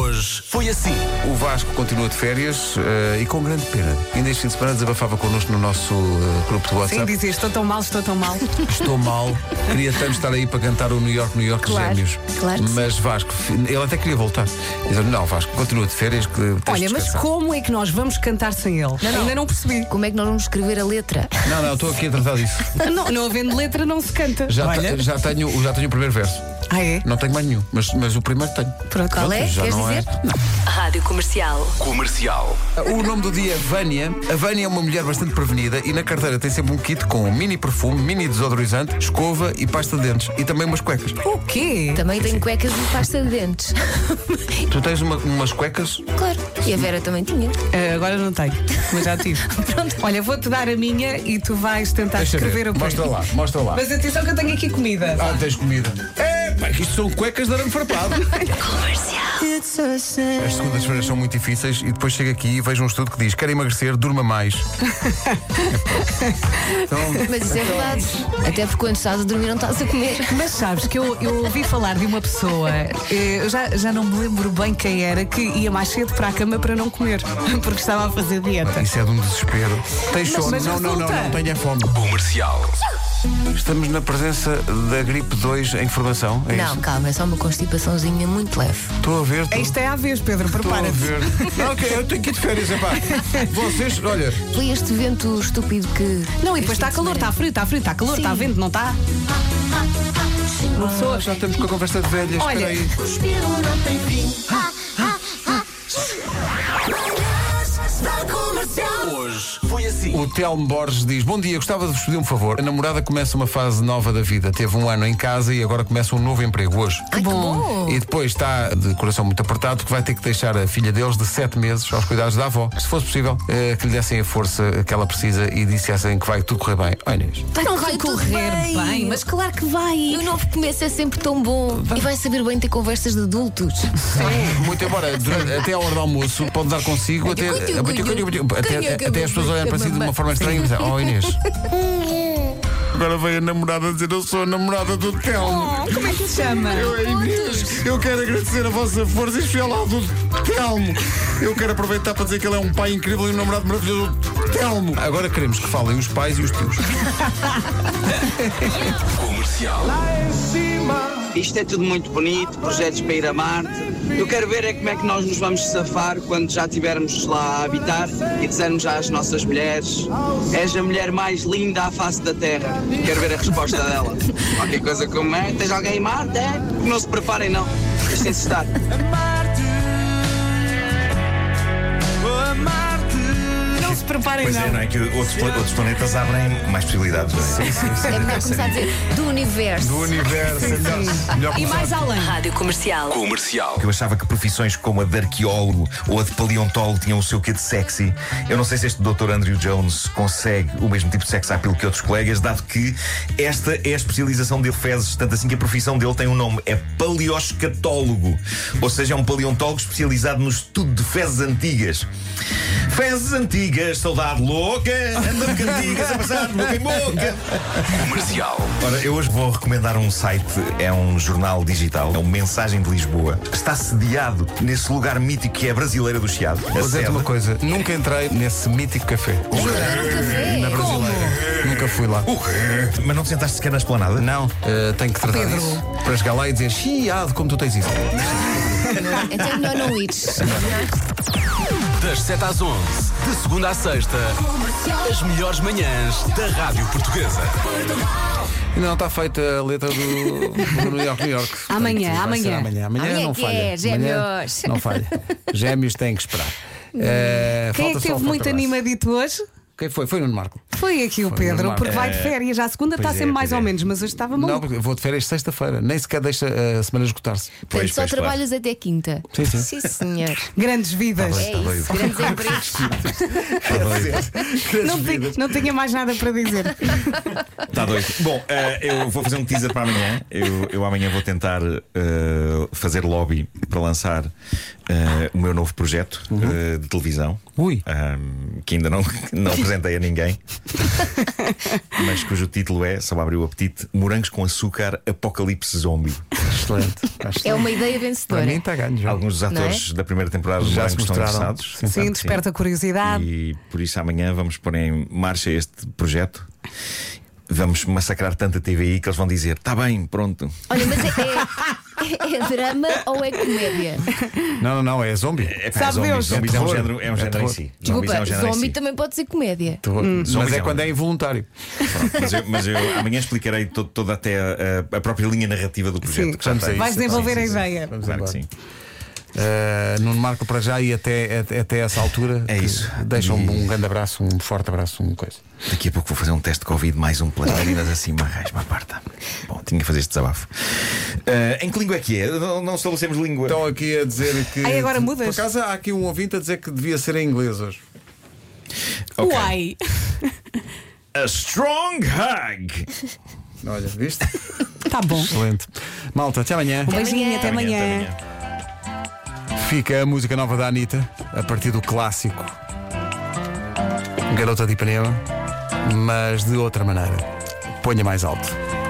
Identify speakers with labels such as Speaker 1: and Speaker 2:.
Speaker 1: Hoje foi assim.
Speaker 2: O Vasco continua de férias eh, e com grande pena. Ainda este fim de semana desabafava connosco no nosso eh, grupo de
Speaker 3: Sem
Speaker 2: WhatsApp.
Speaker 3: dizer, estou tão mal, estou tão mal.
Speaker 2: Estou mal, queria tanto estar aí para cantar o New York, New York
Speaker 4: Claro,
Speaker 2: Gêmeos.
Speaker 4: claro que sim.
Speaker 2: mas Vasco, ele até queria voltar. Ele disse, não, Vasco, continua de férias. Que tens de
Speaker 3: Olha, mas
Speaker 2: descansar."
Speaker 3: como é que nós vamos cantar sem ele? Ainda não percebi.
Speaker 4: Como é que nós vamos escrever a letra?
Speaker 2: Não, não, estou aqui a tratar disso.
Speaker 3: não, não havendo letra, não se canta.
Speaker 2: Já, tá-
Speaker 1: Olha.
Speaker 2: te- já, tenho, já tenho o primeiro verso.
Speaker 3: Ah, é?
Speaker 2: Não tenho mais nenhum, mas, mas o primeiro tenho.
Speaker 3: Pronto,
Speaker 4: Qual é?
Speaker 2: já
Speaker 4: Queres
Speaker 2: não é.
Speaker 4: dizer?
Speaker 5: Rádio Comercial.
Speaker 1: Comercial.
Speaker 2: O nome do dia é Vânia. A Vânia é uma mulher bastante prevenida e na carteira tem sempre um kit com mini perfume, mini desodorizante, escova e pasta de dentes. E também umas cuecas.
Speaker 3: O quê?
Speaker 2: Então-
Speaker 4: Também tenho cuecas e pasta de dentes.
Speaker 2: Tu tens uma- umas cuecas?
Speaker 4: claro. E a Vera também tinha.
Speaker 3: Ah, agora não tenho, mas já tive. Pronto. Olha, vou-te dar a minha e tu vais tentar
Speaker 2: Deixa
Speaker 3: Tá, escrever
Speaker 2: ver.
Speaker 3: o que
Speaker 2: Mostra lá, mostra lá.
Speaker 3: Mas atenção que eu tenho aqui comida.
Speaker 2: Ah, tens comida. É, pá, que isto são cuecas de arame farpado. As segundas-feiras são muito difíceis e depois chego aqui e vejo um estudo que diz: quer emagrecer, durma mais. então,
Speaker 4: Mas isso é verdade. Até porque quando estás a dormir não estás a comer.
Speaker 3: Mas sabes que eu, eu ouvi falar de uma pessoa, eh, eu já, já não me lembro bem quem era, que ia mais cedo para a cama para não comer, porque estava a fazer dieta.
Speaker 2: isso é de um desespero. Tens
Speaker 3: Mas-
Speaker 2: sono?
Speaker 3: mas
Speaker 2: não, não, não,
Speaker 3: resulta.
Speaker 2: não, tenha fome.
Speaker 1: Comercial.
Speaker 2: Estamos na presença da gripe 2 em formação. É
Speaker 4: Não,
Speaker 2: isso?
Speaker 4: calma, é só uma constipaçãozinha muito leve.
Speaker 2: Estou a ver.
Speaker 3: É,
Speaker 2: Estou
Speaker 3: Isto é à vez, Pedro,
Speaker 2: estou a
Speaker 3: prepara-te.
Speaker 2: ver. Não, ok, eu tenho que ir de férias, epá. Vocês, olha,
Speaker 4: E este vento estúpido que.
Speaker 3: Não, e depois está calor, tá está frio, está frio, está calor, está vento, não está? Não sou.
Speaker 2: já estamos com a conversa de velhas.
Speaker 3: Olha.
Speaker 2: Espera aí.
Speaker 6: Respiro não tem fim. Ha, ha, ha. Manhãs da comercial.
Speaker 1: Hoje foi assim.
Speaker 2: O Telmo Borges diz: Bom dia, gostava de vos pedir um favor. A namorada começa uma fase nova da vida. Teve um ano em casa e agora começa um novo emprego hoje.
Speaker 4: Ai, que bom.
Speaker 2: E depois está de coração muito apertado que vai ter que deixar a filha deles de 7 meses aos cuidados da avó. Se fosse possível, eh, que lhe dessem a força que ela precisa e dissessem que vai tudo correr bem. Olha, Inês,
Speaker 3: Não vai Tá correr bem, mas claro que
Speaker 4: E
Speaker 3: vai.
Speaker 4: o novo começo é sempre tão bom. E vai saber bem ter conversas de adultos.
Speaker 2: muito embora durante- até a hora do almoço, pode dar consigo até, até, até, até as pessoas olharem para si de uma forma estranha e dizem: Oh, Inês. Agora veio a namorada dizer: Eu sou a namorada do Telmo.
Speaker 3: Como é que se chama?
Speaker 2: Ei, Inês, Eu quero agradecer a vossa força, em especial ao do Telmo. Eu quero aproveitar para dizer que ele é um pai incrível e um namorado maravilhoso do Telmo. Agora queremos que falem os pais e os tios.
Speaker 7: Isto é tudo muito bonito, projetos para ir a Marte. Eu quero ver é como é que nós nos vamos safar quando já estivermos lá a habitar e dizermos às nossas mulheres: És a mulher mais linda à face da Terra. Quero ver a resposta dela. Qualquer coisa como é: Tens alguém em Marte? É? Não se preparem, não. Deixem-se estar.
Speaker 3: Não se preparem,
Speaker 8: Pois é, não
Speaker 3: não.
Speaker 8: é que outros, pla- outros planetas abrem mais possibilidades. não é?
Speaker 4: É melhor começar a dizer do universo.
Speaker 2: universo, é melhor.
Speaker 3: E mais além.
Speaker 5: Rádio Comercial.
Speaker 1: Comercial.
Speaker 8: Que eu achava que profissões como a de arqueólogo ou a de paleontólogo tinham o seu quê de sexy. Eu não sei se este Dr. Andrew Jones consegue o mesmo tipo de sex appeal que outros colegas, dado que esta é a especialização dele fezes, tanto assim que a profissão dele tem um nome, é paleoscatólogo. Ou seja, é um paleontólogo especializado no estudo de fezes antigas. Fezes antigas, saudade louca, andam cantigas a passar de boca em boca.
Speaker 1: Comercial.
Speaker 8: Ora, eu hoje vou recomendar um site, é um jornal digital, é o Mensagem de Lisboa. Está sediado nesse lugar mítico que é a Brasileira do Chiado. A
Speaker 2: Vou dizer-te
Speaker 8: sede.
Speaker 2: uma coisa, nunca entrei nesse mítico café. Na brasileira. Nunca fui lá.
Speaker 8: O quê? Mas não te sentaste sequer na esplanada?
Speaker 2: Não, eh, tenho que tratar
Speaker 3: Pedro.
Speaker 2: disso. Para chegar lá e dizer, chiado, como tu tens isso.
Speaker 4: Então é melhor não ires.
Speaker 1: Das 7 às 11, de segunda à sexta, as melhores manhãs da Rádio Portuguesa.
Speaker 2: Ainda não está feita a letra do, do New York, New York.
Speaker 3: Amanhã,
Speaker 2: Vai ser amanhã.
Speaker 3: amanhã.
Speaker 2: Amanhã
Speaker 4: Amanhã
Speaker 2: não
Speaker 4: que
Speaker 2: falha.
Speaker 4: é,
Speaker 2: Amanhã
Speaker 4: gêmeos.
Speaker 2: não falha. Gêmeos têm que esperar. Eh,
Speaker 3: Quem é
Speaker 2: falta
Speaker 3: que
Speaker 2: só o
Speaker 3: teve muito
Speaker 2: Forte Abraço.
Speaker 3: animadito hoje?
Speaker 2: Quem foi? Foi o Nuno Marco.
Speaker 3: Foi aqui o Pedro, porque vai de férias. Já a segunda está
Speaker 8: pois é,
Speaker 3: sempre mais
Speaker 8: pois
Speaker 3: ou
Speaker 8: é.
Speaker 3: menos, mas hoje estava
Speaker 2: Não,
Speaker 3: mal.
Speaker 2: porque eu vou de férias sexta-feira. Nem sequer deixa a semana esgotar-se.
Speaker 4: Portanto,
Speaker 8: Pois,
Speaker 4: só
Speaker 8: pois,
Speaker 4: trabalhas até quinta.
Speaker 2: Sim, sim.
Speaker 4: senhor.
Speaker 3: Grandes vidas.
Speaker 2: tá
Speaker 4: É isso, grandes empregos.
Speaker 3: Não, te- não tinha mais nada para dizer.
Speaker 8: Está Tá doido. Bom, eh, eu vou fazer um teaser para amanhã. Eu, eu amanhã vou tentar eh, fazer lobby para lançar eh, o meu novo projeto eh, de televisão.
Speaker 2: Uhum. Ui.
Speaker 8: Ahm, que ainda não, não apresentei a ninguém. mas cujo título é, só abriu o apetite, Morangos com Açúcar Apocalipse Zombie.
Speaker 2: Excelente. está
Speaker 4: É
Speaker 2: excelente.
Speaker 4: uma ideia
Speaker 2: Para mim tá-
Speaker 4: vencedora.
Speaker 2: está ganho já.
Speaker 8: Alguns dos
Speaker 4: Não é?
Speaker 8: atores da primeira temporada do
Speaker 2: Já se
Speaker 8: Morangos estão
Speaker 2: mostraram.
Speaker 8: interessados.
Speaker 2: Sim,
Speaker 3: Sim, desperta curiosidade.
Speaker 8: E por isso amanhã vamos pôr em marcha este projeto. Vamos massacrar tanto a TVI que eles vão dizer: está bem, pronto.
Speaker 4: Olha, mas é, é- é drama ou é comédia?
Speaker 2: Não, um não, não, é zombie.
Speaker 8: É,
Speaker 3: Sabe
Speaker 8: pá, zombies,
Speaker 3: Deus.
Speaker 8: zombies é, um
Speaker 2: terror.
Speaker 8: género, é um
Speaker 2: É
Speaker 8: género em
Speaker 2: terror.
Speaker 8: si. Zombies é
Speaker 4: Desculpa,
Speaker 8: um género em
Speaker 4: zombie
Speaker 2: assim.
Speaker 8: si.
Speaker 4: também pode ser comédia.
Speaker 2: Terror. Mas
Speaker 8: Zombies
Speaker 2: é
Speaker 8: é um-
Speaker 2: quando é involuntário.
Speaker 8: Mas eu, mas eu amanhã explicarei to- toda até a, a- a própria linha narrativa do projeto.
Speaker 3: Sim.
Speaker 8: que já
Speaker 2: Vamos a
Speaker 8: está-
Speaker 2: isso.
Speaker 3: Vais desenvolver
Speaker 8: Sim, sim,
Speaker 3: a
Speaker 8: sim.
Speaker 3: ideia.
Speaker 2: Vamos
Speaker 8: Claro que
Speaker 2: embora.
Speaker 8: sim.
Speaker 2: Uh, Nuno Marco para já e até, até, até essa altura.
Speaker 8: É isso.
Speaker 2: Deixam-me
Speaker 8: E-
Speaker 2: um grande abraço, um forte abraço, um coisa.
Speaker 8: Daqui a pouco vou fazer um teste de Covid, mais um pelas narinas acima, raiz uma parta. Bom, tinha que fazer este desabafo. Ah, em que língua é que é? Não, não estabelecemos língua.
Speaker 2: Estão aqui a dizer que.
Speaker 3: Ai, agora mudas.
Speaker 2: Por acaso há aqui um ouvinte a dizer que devia ser em inglês hoje.
Speaker 8: Ok.
Speaker 3: Uai!
Speaker 8: A strong hug.
Speaker 2: Olha, viste?
Speaker 3: Tá bom.
Speaker 2: Excelente. Malta, até amanhã.
Speaker 3: Um beijinho, até
Speaker 8: Amanhã, até
Speaker 3: amanhã.
Speaker 8: amanhã.
Speaker 2: Fica a música nova da Anitta, a partir do clássico Garota de Ipanema, mas de outra maneira. Ponha mais alto.